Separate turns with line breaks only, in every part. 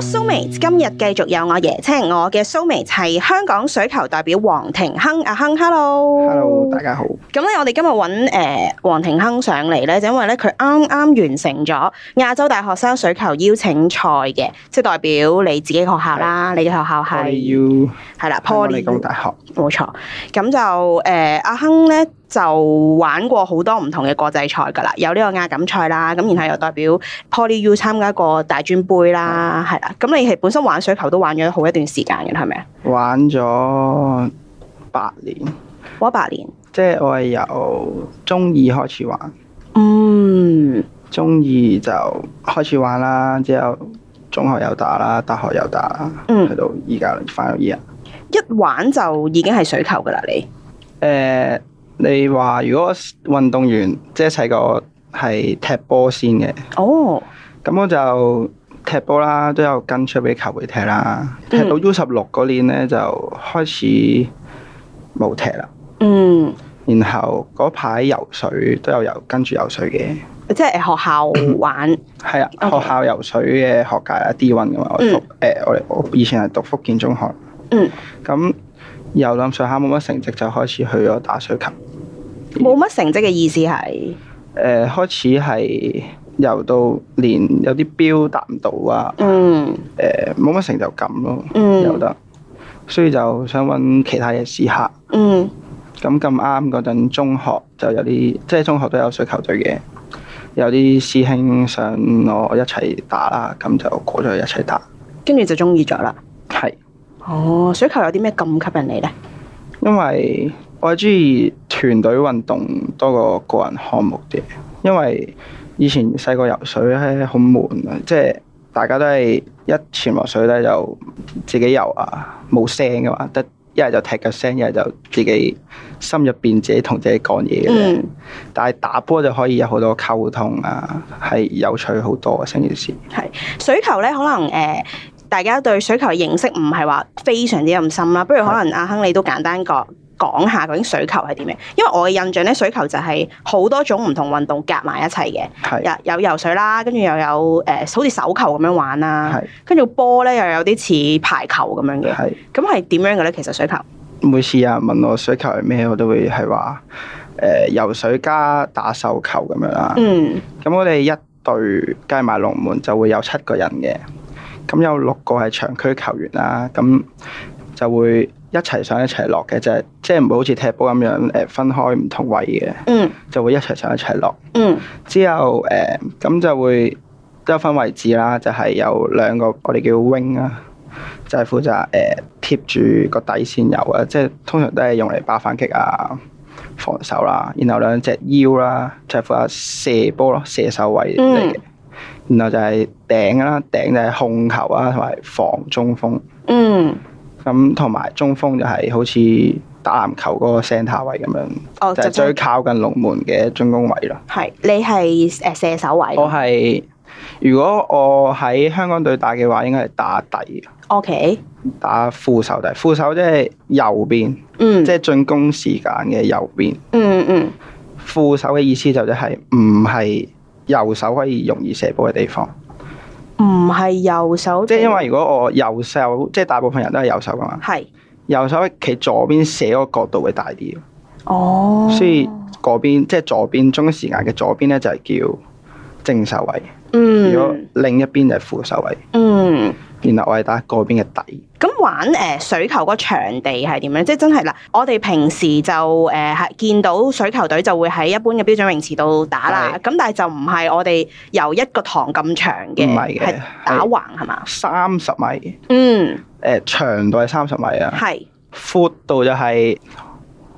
今日繼續有我椰青，我嘅蘇眉係香港水球代表黃庭鏗，阿鏗，hello。
Hello，大家好。
咁咧，我哋今日揾誒黃庭鏗上嚟咧，就因為咧佢啱啱完成咗亞洲大學生水球邀請賽嘅，即係代表你自己學校啦，你嘅學校
我哋
係
要
係啦
香港理
Poly
工大學
冇錯，咁就誒、呃阿亨咧就玩過好多唔同嘅國際賽㗎啦，有呢個亞錦賽啦，咁然後又代表 Poly U 參加過大專杯啦，係啦。咁你係本身玩水球都玩咗好一段時間嘅，係咪啊？
玩咗八年，
玩八年。
即係我係由中二開始玩，
嗯，
中二就開始玩啦，之後中學又打啦，大學又打啦，
嗯
去到依家翻到依家。
一玩就已經係水球㗎啦，你
誒、你話如果運動員即係細個係踢波先嘅，
哦，
咁我就踢波啦，都有跟出俾球會踢啦。踢到 U 十六嗰年咧，就開始冇踢啦。
嗯，
然後嗰排游水都有游跟住游水嘅，
即係學校 玩，
係啊
OK
學校游水嘅學界啊啦，D1 噶嘛，我讀誒、
哦
呃
嗯
我哋我以前係讀福建中學，
嗯，
咁游諗上下冇乜成績就開始去咗打水球，
冇乜成績嘅意思係，
誒、呃開始係游到連有啲標達唔到啊，
嗯
誒冇乜成就感咯，游
嗯
得，所以就想揾其他嘢試下。
嗯
咁咁啱嗰陣中學就有啲，即係中學都有水球隊嘅，有啲師兄想我一齊打啦，咁就過咗去一齊打。
跟住就中意咗啦。
係，
哦，水球有啲咩咁吸引你咧？
因為我係中意團隊運動多過個人項目嘅，因為以前細個游水咧好悶啊，即係大家都係一潛落水咧就自己游啊，冇聲噶嘛，得一係就踢腳聲，一係就自己心入邊自己同自己講嘢嘅啫。
嗯。
但係打波就可以有好多溝通啊，係有趣好多啊，成件事。
水球咧，可能誒、呃大家對水球嘅認識唔係話非常之咁深啦。不如可能阿亨你都簡單講講下究竟水球係點樣？因為我嘅印象咧，水球就係好多種唔同運動夾埋一齊嘅，
係
有有游水啦，跟住又有誒、呃好似手球咁樣玩啦，
係
跟住波咧又有啲似排球咁樣嘅。
係，啊
咁係點樣嘅咧？其實水球，
每次有人問我水球係咩，我都會係話誒游水加打手球咁樣啦。
嗯
咁、我哋一隊計埋龍門就會有七個人嘅，咁有六個係長區球員啦，咁就會一齊上一齊落嘅，就係即係唔會好似踢波咁樣誒、呃分開唔同位嘅，
嗯
就會一齊上一齊落。
嗯
之後誒咁、就會都有分位置啦，就係、有兩個我哋叫 wing 啊，就係、負責誒、呃、貼住個底線游啊，即係通常都係用嚟打反擊啊、防守啦。然後兩隻腰啦，就係、負責射波咯，射手位嚟嘅。然後就係頂啦，頂就係控球啊，同埋防中鋒。
嗯，
咁同埋中鋒就係好似打籃球嗰個 centre 位咁樣，
哦，
就係
即
最
係
靠近龍門嘅進攻位咯。
係你係誒射手位
我係如果我喺香港隊打嘅話，應該係打底，
，OK，
打副手底。副手即係右邊，
嗯，
即係進攻時間嘅右邊。
嗯嗯
副手嘅意思就即係唔係右手可以容易射波嘅地方。
嗯，唔係右手，
即係因為如果我右手，即係大部分人都係右手噶嘛，
係。
右手企左邊射嗰個角度會大啲，
哦，
所以嗰邊即係左邊中時間嘅左邊咧就係叫正手位，如果
嗯
另一邊就係副手位，
嗯，
然後我係打嗰邊嘅底。
咁玩誒、呃水球個場地係點樣？即係真係嗱，我哋平時就呃誒係、見到水球隊就會喺一般嘅標準泳池度打啦。咁但係就唔係我哋由一個堂咁長嘅，
唔係嘅
係打橫係嘛？
三十米，
嗯，
誒、長度係三十米啊，
係，
闊度就係、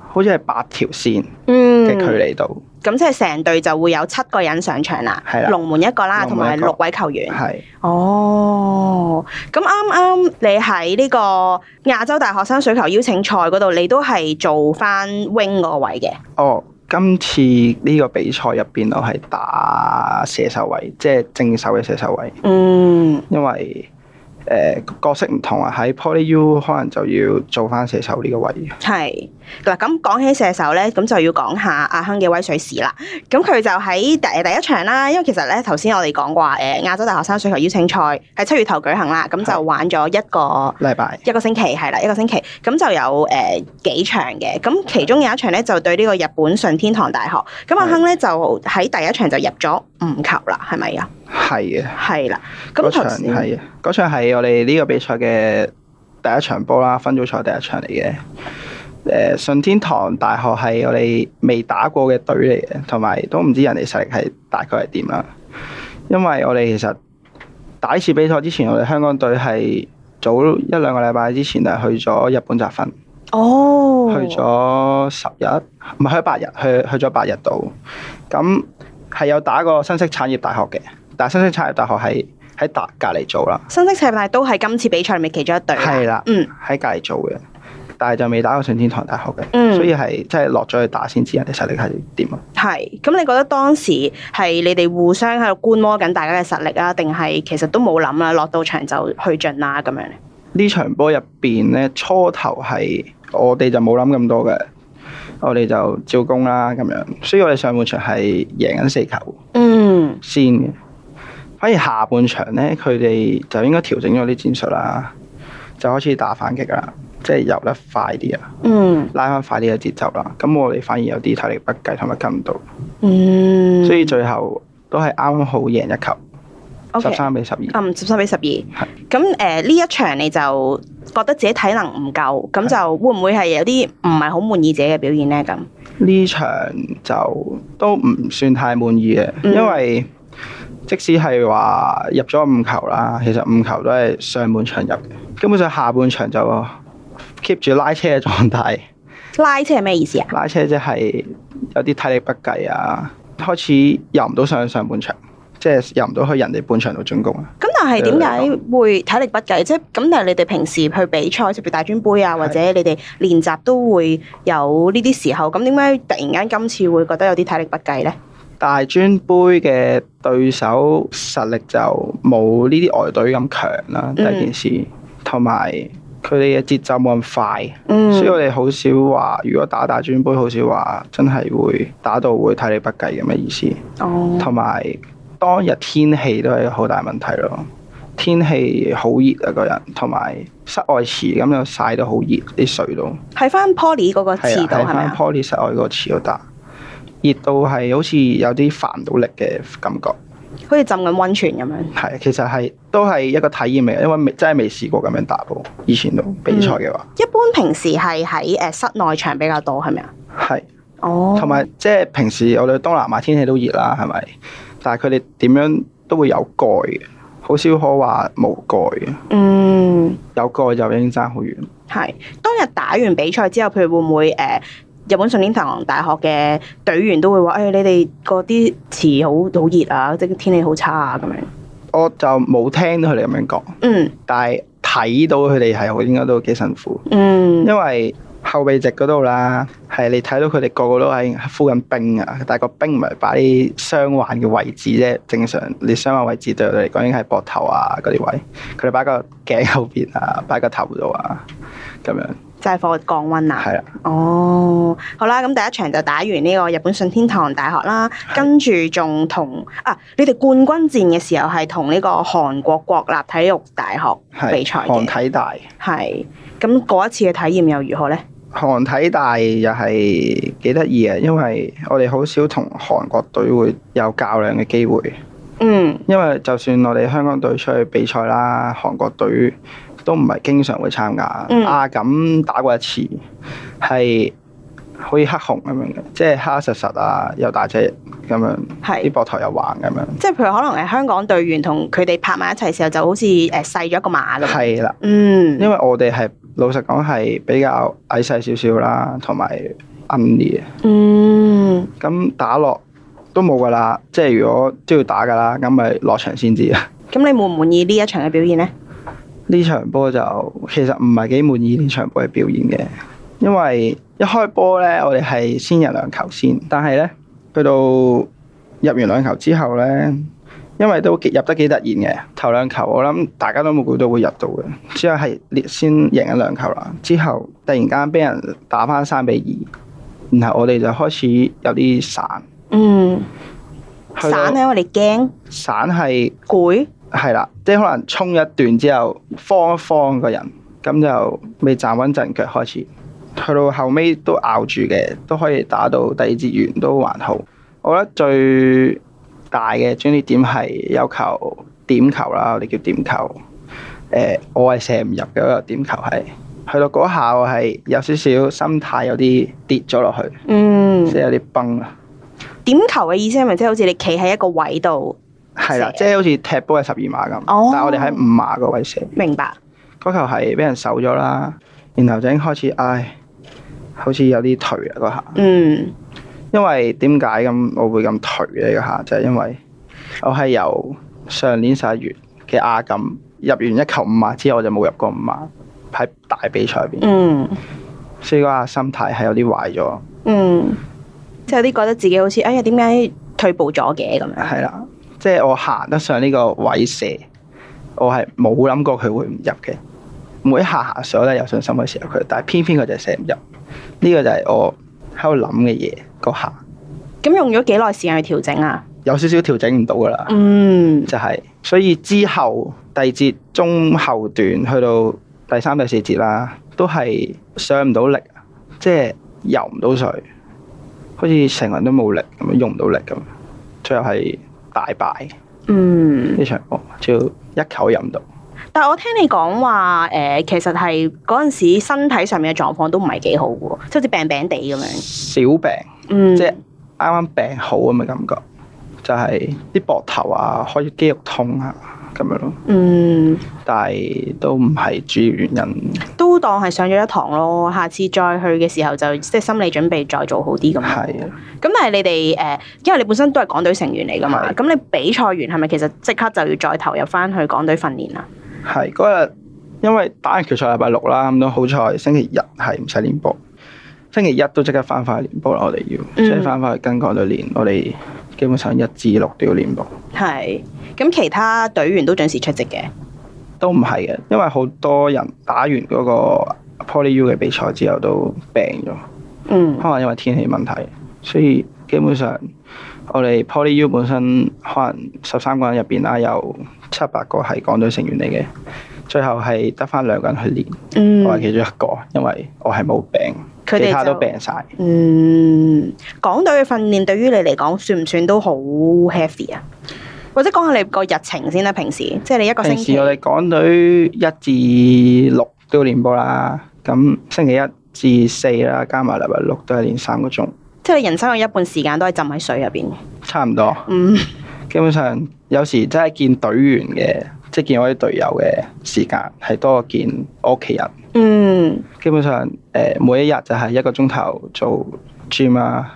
好似係八條線
嗯
嘅距離度，
咁即係成隊就會有七個人上場啦，
係啦
龍門一個啦，同
龍門
埋
一個
六位球員。
係
哦，咁啱啱你喺呢個亞洲大學生水球邀請賽嗰度，你都係做翻 wing 嗰個位嘅。
哦。今次呢個比賽入邊，我係打射手位，即係正手嘅射手位，
嗯
因為呃誒、角色唔同啊。喺 Poly U 可能就要做翻射手呢個位，
係。嗱，咁講起射手咧，咁就要講下阿亨嘅威水史啦。咁佢就喺第第一場啦，因為其實咧頭先我哋講話誒亞洲大學生水球邀請賽喺七月頭舉行啦，咁就玩咗一個
禮拜
一個星期係啦，一個星期咁就有誒、呃、幾場嘅，咁其中有一場咧就對呢個日本順天堂大學，咁阿
係
亨咧就喺第一場就入咗五球啦，係咪啊？
係嘅，
係啦，咁
嗰場
頭先
係啊嗰場係我哋呢個比賽嘅第一場波啦，分組賽第一場嚟嘅。誒、順天堂大學係我哋未打過嘅隊嚟嘅，同埋都唔知人哋實力係大概係點啦。因為我哋其實打呢次比賽之前，我哋香港隊係早一兩個禮拜之前啊去咗日本集訓。
哦，
去咗十日，唔係去八日，去去咗八日度。咁係有打過新式產業大學嘅，但係新式產業大學係喺大隔離做啦，
新式世界都係今次比賽裏面其中一隊啦
係啦
嗯
喺隔離做嘅，但係就未打過上天堂大學嘅，
嗯，
所以係即係落咗去打先知人哋實力係點啊。
係，咁你覺得當時係你哋互相喺度觀摩緊大家嘅實力啊，定係其實都冇諗啦，落到場就去盡啦咁樣咧？
呢場波入邊咧，初頭係我哋就冇諗咁多嘅，我哋就照攻啦咁樣，所以我哋上半場係贏緊四球。
嗯，
先嘅。反而下半場呢，佢哋就應該調整咗啲戰術啦，就開始打反擊啦，即係游得快啲啊，
嗯，
拉翻快啲嘅節奏啦。咁我哋反而有啲體力不繼同埋跟唔到，
嗯，
所以最後都係啱好贏一球，十三比十二。
嗯，十三比十二。咁誒呢一場你就覺得自己體能唔夠，咁就會唔會係有啲唔係好滿意自己嘅表現咧？咁
呢場就都唔算太滿意嘅，
嗯
因為即使係話入咗五球啦，其實五球都係上半場入嘅，根本上下半場就 keep 住拉車嘅狀態。
拉車係咩意思啊？
拉車即係有啲體力不繼啊，開始入唔到上上半場，即係入唔到去人哋半場度進攻啊。
咁但係點解會體力不繼？即係咁，但係你哋平時去比賽，譬如大專杯啊，或者你哋練習都會有呢啲時候。咁點解突然間今次會覺得有啲體力不繼呢？
大專杯嘅對手實力就冇呢啲外隊咁強啦，第一件事，同埋佢哋嘅節奏冇咁快，
嗯
所以我哋好少話，如果打大專杯好少話，真係會打到會體力不繼咁嘅意思。
哦，
同埋當日天氣都係好大問題咯。天氣好熱啊，個人同埋室外池咁又曬到好熱啲水度，
喺翻 Poly 嗰個
係
池
啊，
度
喺
係咪
翻
啊？
poly 室外個池度打，熱到係好似有啲發唔到力嘅感覺。
好似浸緊温泉咁樣。
係，其實係都係一個體驗嚟嘅，因為未真係未試過咁樣打波，以前都比
嗯
賽嘅話
一般平時係喺誒室內場比較多係咪啊？
係，
哦，
同埋即係平時我哋東南亞天氣都熱啦，係咪？但係佢哋點樣都會有蓋嘅，好少可話冇蓋嘅。
嗯。
有蓋就已經爭好遠。
係當日打完比賽之後，譬如會唔會誒、呃日本順天堂大學嘅隊員都會話：誒、哎你哋嗰啲池好好熱啊，即係天氣好差啊咁樣。
我就冇聽到佢哋咁樣講，
嗯
但係睇到佢哋係好應該都幾辛苦，
嗯
因為後備席嗰度啦，係你睇到佢哋個個都喺敷緊冰啊，但係個冰唔係擺啲傷患嘅位置啫，正常你傷患位置對我哋嚟講應該係膊頭啊嗰啲位，佢哋擺個頸後邊啊，擺個頭度啊，咁樣
就係放降温啊。
係啦，
哦，好啦，咁第一場就打完呢個日本順天堂大學啦，跟住仲同啊，你哋冠軍戰嘅時候係同呢個韓國國立體育大學
係
比賽
韓
嘅，
體大。
係咁嗰一次嘅體驗又如何呢？
韓體大又係幾得意嘅，啊因為我哋好少同韓國隊會有較量嘅機會。
嗯
因為就算我哋香港隊出去比賽啦，韓國隊都唔係經常會參加。
嗯
亞錦打過一次，係好似黑熊咁樣嘅，即係黑黑實實啊，又大隻咁樣，
係
啲膊頭又橫咁樣。
即係譬如可能係香港隊員同佢哋拍埋一齊嘅時候，就好似誒細咗一個碼咁。
係啦，
嗯，
因為我哋係老實講係比較矮細少少啦，同埋暗啲嘅，
嗯，
咁打落都冇㗎啦。即係如果都要打㗎啦，咁咪落場先知啊。
咁你滿唔滿意呢一場嘅表現呢？
呢場波就其實唔係幾滿意呢場波嘅表現嘅，因為一開波呢，我哋係先入兩球先，但係呢，去到入完兩球之後呢，因為都入得幾突然嘅頭兩球，我諗大家都冇估到會入到嘅。之後係列先贏咗兩球啦，之後突然間俾人打翻三比二，然後我哋就開始有啲散，
嗯，
去到
散咧，因啊為你驚
散係
攰，
係啦，即係可能衝一段之後慌一慌個人，咁就未站穩陣腳開始，去到後尾都咬住嘅，都可以打到第二節完都還好。我覺得最大嘅轉捩點係有球點球啦，我哋叫點球。誒、我係射唔入嘅嗰個點球係，去到嗰下我係有少少心態有啲跌咗落去，
嗯，
即係有啲崩啊。
點球嘅意思係咪即係好似你企喺一個位度？
係啦
射，
即係好似踢波係十二碼咁，
哦
但係我哋喺五碼嗰位射。
明白，
嗰球係俾人守咗啦，然後就已經開始唉，好似有啲頹啊啦嗰下。
嗯，
因為點解咁我會咁頹咧？嗰下就係因為我係由上年十一月嘅亞錦入完一球五碼之後，我就冇入過五碼喺大比賽入邊，
嗯，
所以嗰下心態係有啲壞咗。
嗯，即係有啲覺得自己好似，哎呀，點解退步咗嘅咁樣？
係啦，即係我行得上呢個位射，我係冇諗過佢會唔入嘅。每一下下水我都係有信心去射入佢，但係偏偏佢就射唔入。呢、個就係我喺度諗嘅嘢，嗰下
咁用咗幾耐時間去調整啊？
有少少調整唔到噶啦，
嗯，
就係、所以之後第二節中後段去到第三、第四節啦，都係上唔到力，啊即係游唔到水，好似成個人都冇力咁樣，用唔到力咁樣，最後係大敗。
嗯。
呢場波，只要一球飲到，
但我聽你講話誒，其實係嗰陣時身體上面嘅狀況都唔係幾好嘅喎，即係好似病病地咁樣。
小病，
嗯，
即係啱啱病好咁嘅感覺，就係啲膊頭啊，開始肌肉痛啊咁樣咯。
嗯，
但係都唔係主要原因，
都當係上咗一堂咯。下次再去嘅時候就即係心理準備再做好啲咁。
係
咁但係你哋誒、呃因為你本身都係港隊成員嚟㗎嘛，
係
咁你比賽完係咪其實即刻就要再投入翻去港隊訓練啊？
係嗰日，因為打完決賽禮拜六啦，咁都好彩，星期日係唔使練波，星期一都即刻翻返去練波啦。我哋要
嗯
即係翻返去跟港隊練，我哋基本上一至六都要練波。
係，咁其他隊員都準時出席嘅。
都唔係嘅，因為好多人打完嗰個 Poly U 嘅比賽之後都病咗，
嗯
可能因為天氣問題，所以基本上我哋 Poly U 本身可能十三個人入邊啦，有七八個係港隊成員嚟嘅，最後係得翻兩個人去練，
嗯，
我係其中一個，因為我係冇病，
佢
其
哋
他
就
都病晒。
嗯，港隊嘅訓練對於你嚟講算唔算都好 heavy 啊？或者講下你個日程先啦，平時即係你一個星
平
期
時我哋港隊一至六都要練波啦，咁星期一至四啦，加埋禮拜六都係練三個鐘，
即係你人生有一半時間都係浸喺水入邊嘅。
差唔多。
嗯
基本上有時真係見隊員嘅，即係見我啲隊友嘅時間係多過見我屋企人。
嗯
基本上誒、呃每一日就係一個鐘頭做 gym 啊，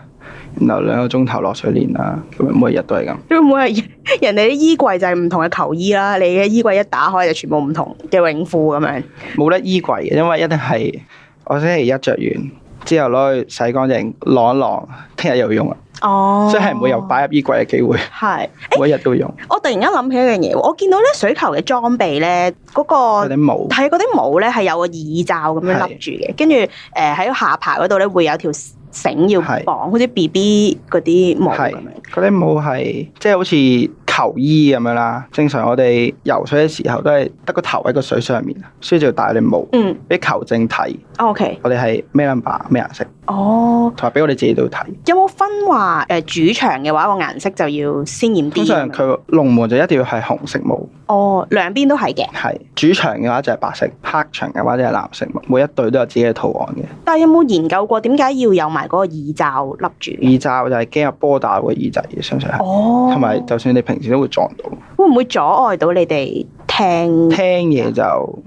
然後兩個鐘頭落水練啦、咁樣每一日都係咁。
因為每日 人哋啲衣櫃就係唔同嘅球衣啦，你嘅衣櫃一打開就全部唔同嘅泳褲咁樣。
冇得衣櫃嘅，因為一定係我星期一着完之後攞去洗乾淨，晾一晾，聽日又要用啦。
哦，
所以係唔會有擺入衣櫃嘅機會，
係。
每一日都會用。
我突然間諗起一樣嘢喎，我見到咧水球嘅裝備咧，嗰、個
佢哋冇
睇嗰啲帽咧係有個耳罩咁樣笠住嘅，跟住誒喺個下巴嗰度咧會有條繩要
係
綁，好似 B B 嗰啲帽咁
係
樣。
嗰啲帽係即係好似球衣咁樣啦。正常我哋游水嘅時候都係得個頭喺個水上面，所以就要戴嗰啲帽
嗯
俾球證睇，
哦，OK，
我哋係咩 number 咩顏色，
哦，
同埋俾我哋自己都要睇。
有冇分話誒、主場嘅話個顏色就要鮮豔
通
啲
常
咁樣？
佢龍門就一定要係紅色帽，
哦，兩邊都係嘅，
係主場嘅話就係白色，客場嘅話就係藍色帽。每一隊都有自己嘅圖案嘅。
但係有冇研究過點解要有埋嗰個耳罩笠住嘅？
耳罩就係驚有波打個耳仔，相信係。
哦，
同埋就算你平時都會撞到，
會唔會阻礙到你哋聽？
聽嘢就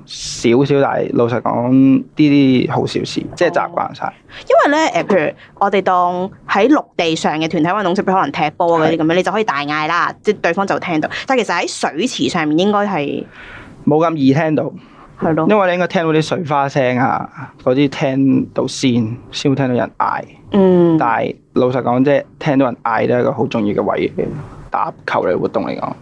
少少，但係老實講呢啲好小事，即係習慣晒。
因為咧誒，譬如我哋當喺陸地上嘅團體運動，即係譬如可能踢波嗰啲咁樣，你就可以大嗌啦，即係對方就會聽到。但係其實喺水池上面應該係
冇咁易聽到，
係咯，
因為你應該聽到啲水花聲啊，嗰啲聽到先，先會聽到人嗌。
嗯，
但係老實講，即係聽到人嗌都係一個好重要嘅位嚟嘅打球類活動嚟講，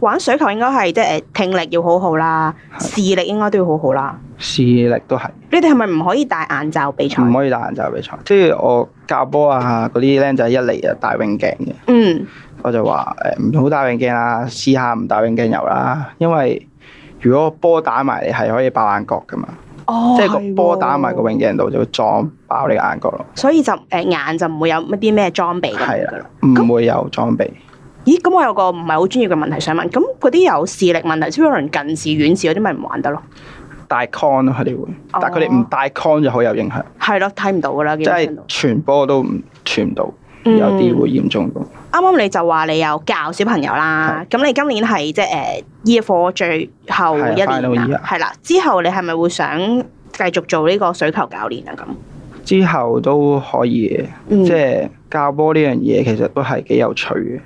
玩水球應該係即係誒聽力要好好啦，視力應該都要好好啦。
視力都係
你哋係咪唔可以戴眼罩比賽？
唔可以戴眼罩比賽。即係我教波啊嗰啲僆仔一嚟就戴泳鏡嘅，
嗯，
我就話誒唔好戴泳鏡啦，試下唔戴泳鏡游啦，因為如果波打埋嚟係可以爆眼角噶嘛，
哦，
即係
係
個波打埋個
喎
泳鏡度就會撞爆你個眼角咯，
所以就誒、眼就唔會有乜啲咩裝備咁
係
樣噶
啦
啦。，咁
唔會有裝備。
咦，咁我有個唔係好專業嘅問題想問，咁嗰啲有視力問題，即係可能近視、遠視嗰啲咪唔玩得咯？
戴 con 咯，佢哋會，但係佢哋
哦
唔戴 con 就好有影響，
係咯，睇唔到噶啦，基
即
本上
係
都。
傳波都唔傳唔到，
嗯
有啲會嚴重到。
啱啱你就話你有教小朋友啦，咁你今年係即係誒 year four 最後一
係啊，final
年
year
啦，係啦，之後你係咪會想繼續做呢個水球教練啊？咁，
之後都可以嘅，
嗯
即係教波呢樣嘢其實都係幾有趣嘅，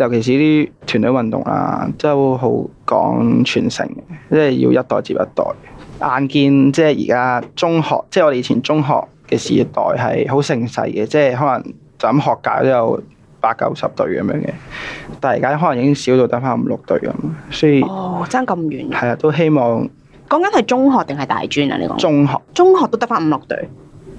尤其是啲團隊運動啦，都好講傳承嘅，即係要一代接一代。眼見即係而家中學，即係我哋以前中學嘅時代係好盛世嘅，即係可能就咁學界都有八九十隊咁樣嘅，但係而家可能已經少到得翻五六隊咁，所以
哦，爭咁遠嘅，
係啊，都希望
講緊係中學定係大專啊？你講
中學
中學都得翻五六隊，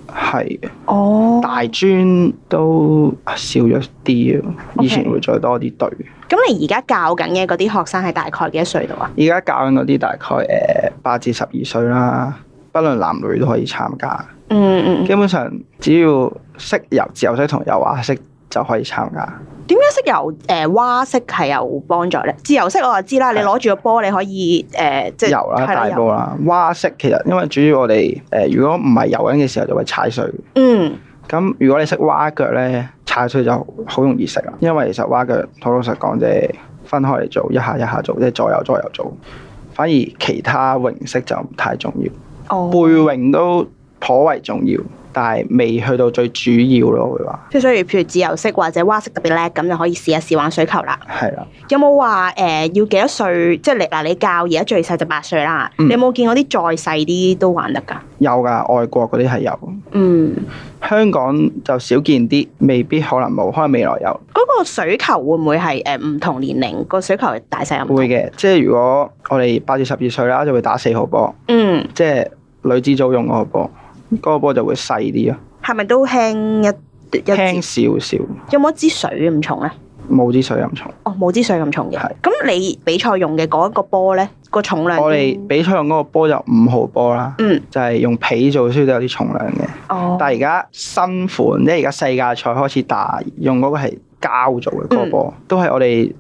係嘅
哦，
大專都少咗啲咯，以前
OK
會再多啲隊。
咁你而家教緊嘅嗰啲學生係大概幾多歲度啊？
而家教緊嗰啲大概誒八至十二歲啦，不論男女都可以參加。
嗯嗯，嗯
基本上只要識游自由式同游蛙式就可以參加。
點解識游誒蛙式係有幫助咧？自由式我就知啦，你攞住個波你可以誒、呃即係
游啦、
係
大
游
波啦、蛙式其實因為主要我哋誒、呃如果唔係游緊嘅時候就會踩水。
嗯
咁如果你識蛙腳咧，踩水就好容易識啦，因為其實蛙腳好老實講，即係分開嚟做，一下一下做，即係左右左右做。反而其他泳式就唔太重要。
哦
背泳都頗為重要，但係未去到最主要咯，會話
即係所以，譬如自由式或者蛙式特別叻，咁就可以試一試玩水球啦。
係啦。
有冇話誒要幾多歲？即係你嗱，你教而家最細就八歲啦。
嗯
你有冇見過啲再細啲都玩得㗎？
有㗎，外國嗰啲係有，
嗯，
香港就少見啲，未必可能冇，可能未來有
嗰、個水球會唔會係誒唔同年齡個水球大細有唔同？
會嘅。即係如果我哋八至十二歲啦，就會打四號波，
嗯，
即係女子組用嗰個波，嗰、個波就會細啲咯，
係咪都輕一一
輕
支？
少少，
有冇一支水咁重咧？
冇支水咁重。
哦，冇支水咁重嘅
係。
咁你比賽用嘅嗰一個波咧，個重量
我哋比賽用嗰個波就五號波啦，
嗯
就係用皮做，所以都有啲重量嘅。
哦，
但係而家新款，即係而家世界賽開始打，用嗰個係膠做嘅嗰個
嗯
波，都係我哋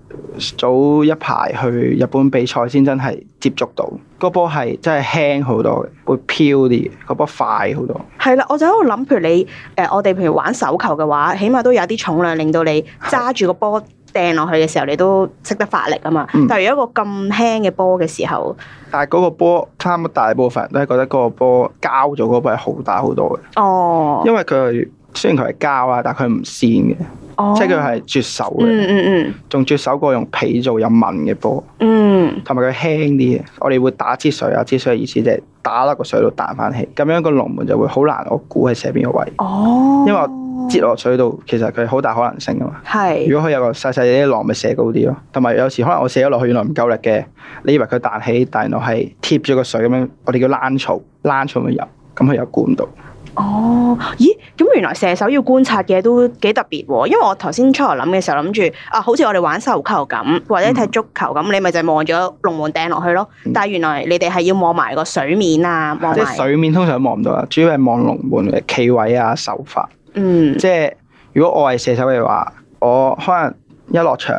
早一排去日本比賽先真係接觸到。個波係真係輕好多嘅，會飄啲嘅，個波快好多。
係啦，我就喺度諗，譬如你誒、呃我哋譬如玩手球嘅話，起碼都有啲重量，令到你揸住個波掟落去嘅時候，你都識得發力啊嘛。
嗯
但係如果一個咁輕嘅波嘅時候，
但係嗰個波，差唔多大部分人都係覺得嗰個波膠做嗰個波係好打好多嘅，
哦，
因為佢係雖然佢係膠啊，但係佢唔跣嘅，
哦
即係佢係絕手嘅，
嗯嗯
仲絕手過用皮做有紋嘅波，
嗯嗯，
同埋佢輕啲嘅，我哋會打支水啊，支水嘅意思就係打落個水度彈翻起，咁樣個龍門就會好難，我估係射邊個位，
哦，
因為我接落水度其實佢好大可能性噶嘛。
係
如果佢有個細細啲浪，咪射高啲咯。同埋有時可能我射咗落去，原來唔夠力嘅，你以為佢彈起，但係原來係貼住個水咁樣，我哋叫躝草，躝草咁樣入，咁佢又估唔到。
哦，咦？咁原來射手要觀察嘅都幾特別喎，因為我頭先出頭諗嘅時候諗住啊，好似我哋玩手球咁，或者踢足球咁，你咪就係望咗龍門掟落去咯。
嗯
但係原來你哋係要望埋個水面啊，望
即
埋
係水面通常望唔到啦，主要係望龍門嘅企位啊、手法。
嗯。
即係如果我係射手嘅話，我可能一落場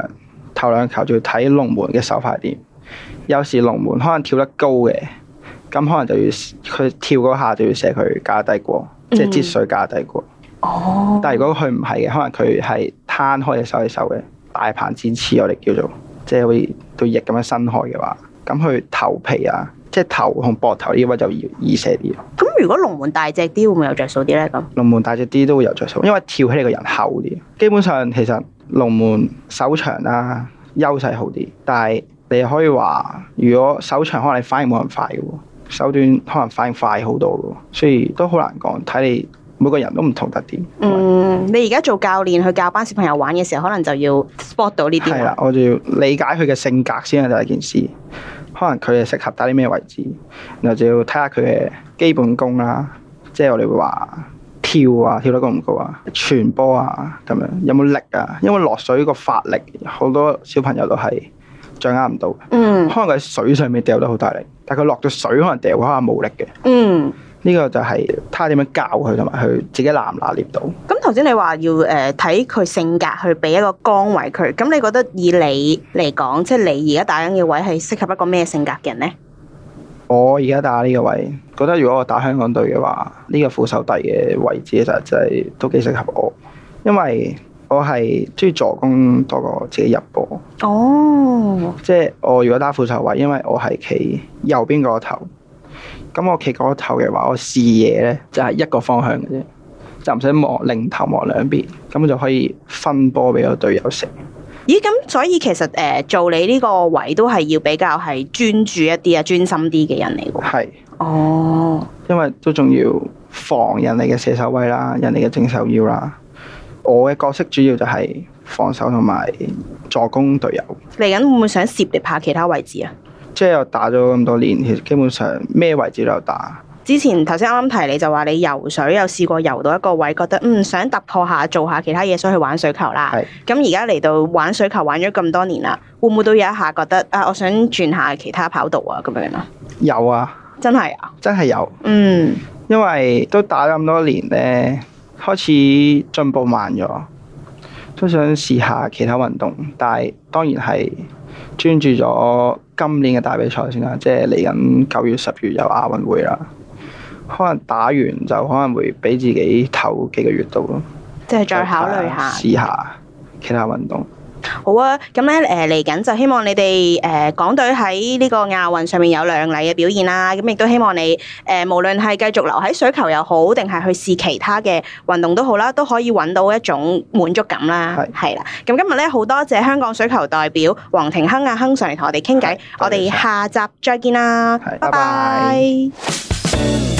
頭兩球就要睇龍門嘅手法係點。有時龍門可能跳得高嘅，咁可能就要佢跳嗰下就要射佢架低過，即係
嗯
接水架低過。
哦，
但係如果佢唔係嘅，可能佢係攤開隻手隻手嘅大鵬展翅，我哋叫做即係好似對翼咁樣伸開嘅話，咁佢頭皮啊，即係頭同膊頭呢位就要易射啲。
咁如果龍門大隻啲，會唔會有着數啲咧？咁
龍門大隻啲都會有着數，因為跳起你個人厚啲。基本上其實龍門手長啦、優勢好啲，但係你可以話，如果手長可能你反應冇人快嘅喎，手短可能反應快好多嘅喎，所以都好難講，睇你每個人都唔同特點。
嗯，你而家做教練去教班小朋友玩嘅時候，可能就要 spot 到呢啲
係啦
啦。，
我就要理解佢嘅性格先係第一件事。可能佢係適合打啲咩位置，然後就要睇下佢嘅基本功啦，即係我哋會話跳啊，跳得高唔高啊，傳波啊咁樣，有冇力啊？因為落水個發力，好多小朋友都係掌握唔到嘅。
嗯
可能佢喺水上面掉得好大力，但佢落咗水可能掉嗰下冇力嘅。
嗯，
呢、個就係睇下點樣教佢同埋佢自己拿唔拿捏到。
咁頭先你話要誒睇佢性格去俾一個崗位佢，咁你覺得以你嚟講，即係你而家打緊嘅位係適合一個咩性格嘅人咧？
我而家打呢個位，覺得如果我打香港隊嘅話，呢、個副手底嘅位置其實真係都幾適合我，因為我係中意助攻多過自己入波。
哦，
即係我如果打副手位，因為我係企右邊嗰個頭，咁我企嗰個頭嘅話，我視野咧就係、一個方向嘅啫，就唔使望擰頭望兩邊，咁我就可以分波俾我隊友食。
咦，咁所以其實誒、呃做你呢個位都係要比較係專注一啲啊，專心啲嘅人嚟嘅。
係，
哦，
因為都仲要防人哋嘅射手位啦，人哋嘅正手腰啦。我嘅角色主要就係防守同埋助攻隊友。
嚟緊會唔會想涉獵下其他位置啊？
即係我打咗咁多年，其實基本上咩位置都有打。
之前頭先啱啱提你就話你游水有試過游到一個位，覺得嗯想突破下做下其他嘢，所以去玩水球啦。
係
咁而家嚟到玩水球玩咗咁多年啦，會唔會都有一下覺得啊，我想轉下其他跑道啊咁樣啊？
有啊，
真係啊，
真係有。
嗯
因為都打咗咁多年咧，開始進步慢咗，都想試下其他運動，但係當然係專注咗今年嘅大比賽先啦，即係嚟緊九月、十月有亞運會啦。可能打完就可能會俾自己唞幾個月度咯，
即係再考慮下。
試下其他運動。
好啊，咁咧誒嚟緊就希望你哋誒、呃港隊喺呢個亞運上面有亮麗嘅表現啦，咁亦都希望你誒、呃、無論係繼續留喺水球又好，定係去試其他嘅運動都好啦，都可以揾到一種滿足感啦，係啦。咁今日咧好多謝香港水球代表黃庭亨啊，亨上嚟同我哋傾偈
係，
我哋下集再見啦，
係
拜拜
拜拜